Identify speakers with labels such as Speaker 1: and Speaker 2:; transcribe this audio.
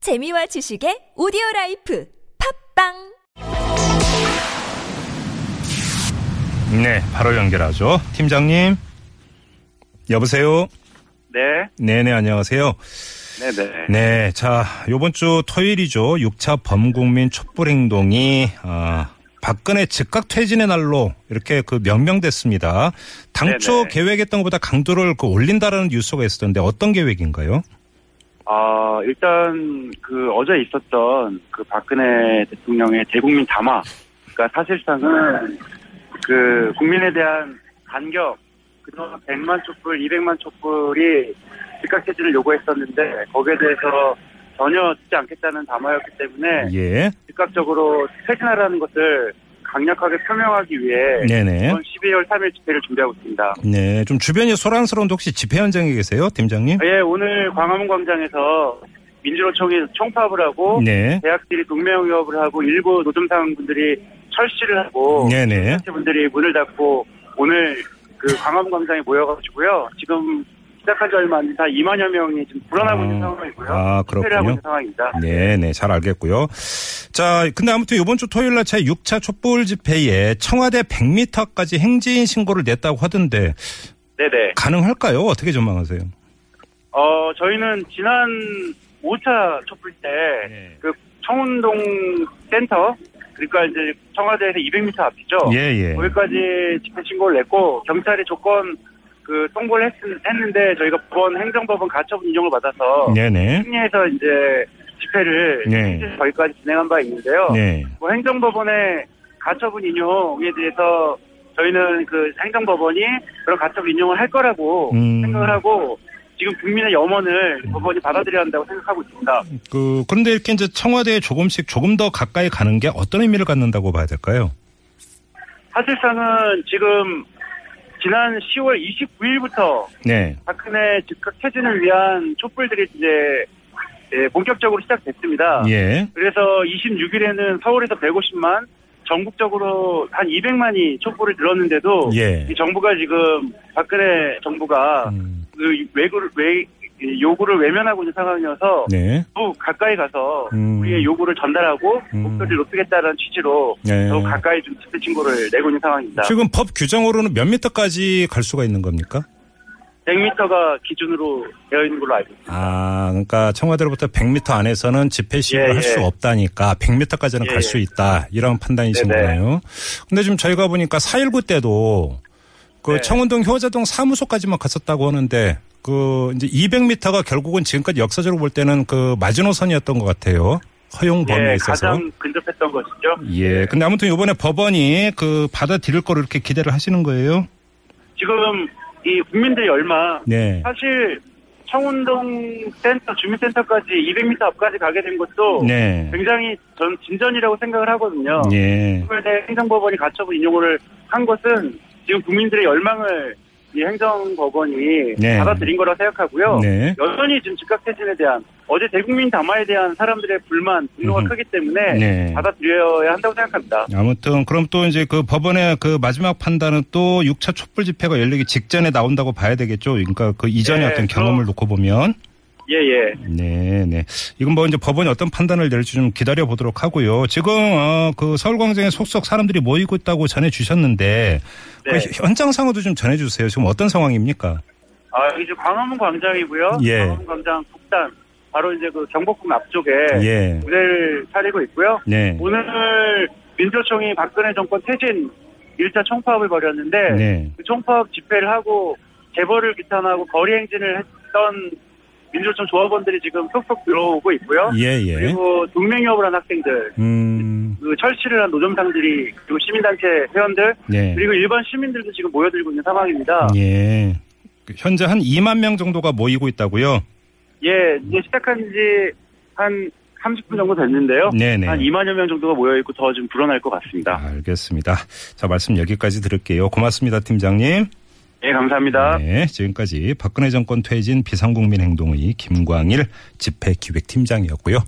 Speaker 1: 재미와 지식의 오디오 라이프 팝빵
Speaker 2: 네, 바로 연결하죠. 팀장님. 여보세요.
Speaker 3: 네,
Speaker 2: 네네, 안녕하세요.
Speaker 3: 네, 네.
Speaker 2: 네, 자, 요번 주 토요일이죠. 6차 범국민 촛불행동이, 아, 박근혜 즉각 퇴진의 날로 이렇게 그 명명됐습니다. 당초
Speaker 3: 네네.
Speaker 2: 계획했던 것보다 강도를 그 올린다라는 뉴스가 있었는데 어떤 계획인가요?
Speaker 3: 아, 일단 그 어제 있었던 그 박근혜 대통령의 대국민 담화. 그러니까 사실상은 그 국민에 대한 간격. 그동안 100만 촛불, 200만 촛불이 즉각 퇴진을 요구했었는데 거기에 대해서 전혀 듣지 않겠다는 담화였기 때문에
Speaker 2: 예.
Speaker 3: 즉각적으로 퇴진하라는 것을 강력하게 표명하기 위해
Speaker 2: 네네.
Speaker 3: 이번 12월 3일 집회를 준비하고 있습니다.
Speaker 2: 네, 좀 주변이 소란스러운데 혹시 집회 현장에 계세요? 팀장님?
Speaker 3: 예, 오늘 광화문 광장에서 민주노총이 총파업을 하고
Speaker 2: 네.
Speaker 3: 대학들이 동맹위협을 하고 일부 노점상분들이 철시를 하고
Speaker 2: 네네.
Speaker 3: 단체분들이 문을 닫고 오늘 그 광화문 광장에 모여가지고요. 지금 시작한 지 얼마 안 된 다 2만여 명이 지금 불어나고 있는
Speaker 2: 아,
Speaker 3: 상황이고요.
Speaker 2: 아,
Speaker 3: 집회를 하고
Speaker 2: 그렇군요.
Speaker 3: 있는 상황입니다.
Speaker 2: 네, 네, 잘 알겠고요. 자, 근데 아무튼 이번 주 토요일 날 제 6차 촛불 집회에 청와대 100m까지 행진 신고를 냈다고 하던데
Speaker 3: 네네.
Speaker 2: 가능할까요? 어떻게 전망하세요?
Speaker 3: 어, 저희는 지난 5차 촛불 때
Speaker 2: 네.
Speaker 3: 그 청운동 센터 그러니까 이제 청와대에서 200m 앞이죠.
Speaker 2: 예, 예.
Speaker 3: 거기까지 집회 신고를 냈고 경찰이 조건 그 통보를 했, 는데 저희가 법원 행정법원 가처분 인정을 받아서
Speaker 2: 네, 네.
Speaker 3: 승리해서 이제 집회를
Speaker 2: 네.
Speaker 3: 실제 저희까지 진행한 바 있는데요.
Speaker 2: 네.
Speaker 3: 뭐 행정법원의 가처분 인용에 대해서 저희는 그 행정법원이 그런 가처분 인용을 할 거라고
Speaker 2: 음. 예.
Speaker 3: 생각을 하고 지금 국민의 염원을 법원이 받아들여야 한다고 생각하고 있습니다.
Speaker 2: 그 그런데 이렇게 이제 청와대에 조금씩 조금 더 가까이 가는 게 어떤 의미를 갖는다고 봐야 될까요?
Speaker 3: 사실상은 지금 지난 10월 29일부터
Speaker 2: 네.
Speaker 3: 박근혜 즉각 퇴진을 위한 촛불들이 이제 예, 본격적으로 시작됐습니다.
Speaker 2: 예.
Speaker 3: 그래서 26일에는 서울에서 150만, 전국적으로 한 200만이 촛불을 들었는데도
Speaker 2: 예.
Speaker 3: 이 정부가 지금 박근혜 정부가
Speaker 2: 음,
Speaker 3: 그 외구를 외 이 요구를 외면하고 있는 상황이어서
Speaker 2: 네.
Speaker 3: 더욱 가까이 가서
Speaker 2: 음.
Speaker 3: 우리의 요구를 전달하고
Speaker 2: 음.
Speaker 3: 목소리를 높이겠다는 취지로
Speaker 2: 네.
Speaker 3: 더욱 뭐, 가까이 좀 집회 신고를 내고 있는 상황입니다.
Speaker 2: 지금 법 규정으로는 몇 미터까지 갈 수가 있는 겁니까?
Speaker 3: 100m가 기준으로 되어 있는 걸로 알고 있습니다.
Speaker 2: 아, 그러니까 청와대로부터 100m 안에서는 집회 시위를
Speaker 3: 예,
Speaker 2: 할
Speaker 3: 예.
Speaker 2: 수 없다니까 100m까지는
Speaker 3: 예,
Speaker 2: 갈 수
Speaker 3: 예.
Speaker 2: 있다. 이런 판단이신
Speaker 3: 네네.
Speaker 2: 거네요. 근데 지금 저희가 보니까 4.19 때도 그
Speaker 3: 네.
Speaker 2: 청운동 효자동 사무소까지만 갔었다고 하는데 그 이제 200m가 결국은 지금까지 역사적으로 볼 때는 그 마지노선이었던 것 같아요. 허용 범위에
Speaker 3: 예,
Speaker 2: 있어서.
Speaker 3: 가장 근접했던 것이죠.
Speaker 2: 예. 근데 아무튼 이번에 법원이 그 받아들일 거를 이렇게 기대를 하시는 거예요?
Speaker 3: 지금 이 국민들의 열망
Speaker 2: 네.
Speaker 3: 사실 청운동 센터 주민센터까지 200m 앞까지 가게 된 것도
Speaker 2: 네.
Speaker 3: 굉장히 전 진전이라고 생각을 하거든요.
Speaker 2: 예.
Speaker 3: 서울대 행정법원이 가처분 인용을 한 것은 지금 국민들의 열망을 이 행정법원이
Speaker 2: 네.
Speaker 3: 받아들인 거라 생각하고요.
Speaker 2: 네.
Speaker 3: 여전히 지금 즉각퇴진에 대한 어제 대국민 담화에 대한 사람들의 불만 분노가
Speaker 2: 음흠.
Speaker 3: 크기 때문에
Speaker 2: 네.
Speaker 3: 받아들여야 한다고 생각합니다.
Speaker 2: 아무튼 그럼 또 이제 그 법원의 그 마지막 판단은 또 6차 촛불 집회가 열리기 직전에 나온다고 봐야 되겠죠. 그러니까 그 이전의
Speaker 3: 네,
Speaker 2: 어떤
Speaker 3: 그럼-
Speaker 2: 경험을 놓고 보면
Speaker 3: 예 예.
Speaker 2: 네, 네. 이건 뭐 이제 법원이 어떤 판단을 낼지 좀 기다려 보도록 하고요. 지금 어, 그 서울광장에 속속 사람들이 모이고 있다고 전해 주셨는데
Speaker 3: 네.
Speaker 2: 그 현장 상황도 좀 전해 주세요. 지금 어떤 상황입니까?
Speaker 3: 아, 이제 광화문 광장이고요.
Speaker 2: 예.
Speaker 3: 광화문 광장 북단 바로 이제 그 경복궁 앞쪽에
Speaker 2: 예.
Speaker 3: 무대를 차리고 있고요.
Speaker 2: 네.
Speaker 3: 네. 오늘 민주총이 박근혜 정권 퇴진 1차 총파업을 벌였는데
Speaker 2: 네.
Speaker 3: 그 총파업 집회를 하고 재벌을 비탄하고 거리 행진을 했던 민주총 조합원들이 지금 속속 들어오고 있고요.
Speaker 2: 예, 예.
Speaker 3: 그리고 동맹협을 한 학생들,
Speaker 2: 음.
Speaker 3: 그 철시를 한 노점상들이 그리고 시민단체 회원들
Speaker 2: 네.
Speaker 3: 그리고 아. 일반 시민들도 지금 모여들고 있는 상황입니다.
Speaker 2: 예. 현재 한 2만 명 정도가 모이고 있다고요.
Speaker 3: 예, 이제 시작한 지 한 30분 정도 됐는데요.
Speaker 2: 네, 네.
Speaker 3: 한 2만여 명 정도가 모여있고 더 지금 불어날 것 같습니다.
Speaker 2: 알겠습니다. 자, 말씀 여기까지 들을게요. 고맙습니다, 팀장님.
Speaker 3: 예, 감사합니다.
Speaker 2: 네, 지금까지 박근혜 정권 퇴진 비상국민 행동의 김광일 집회기획팀장이었고요.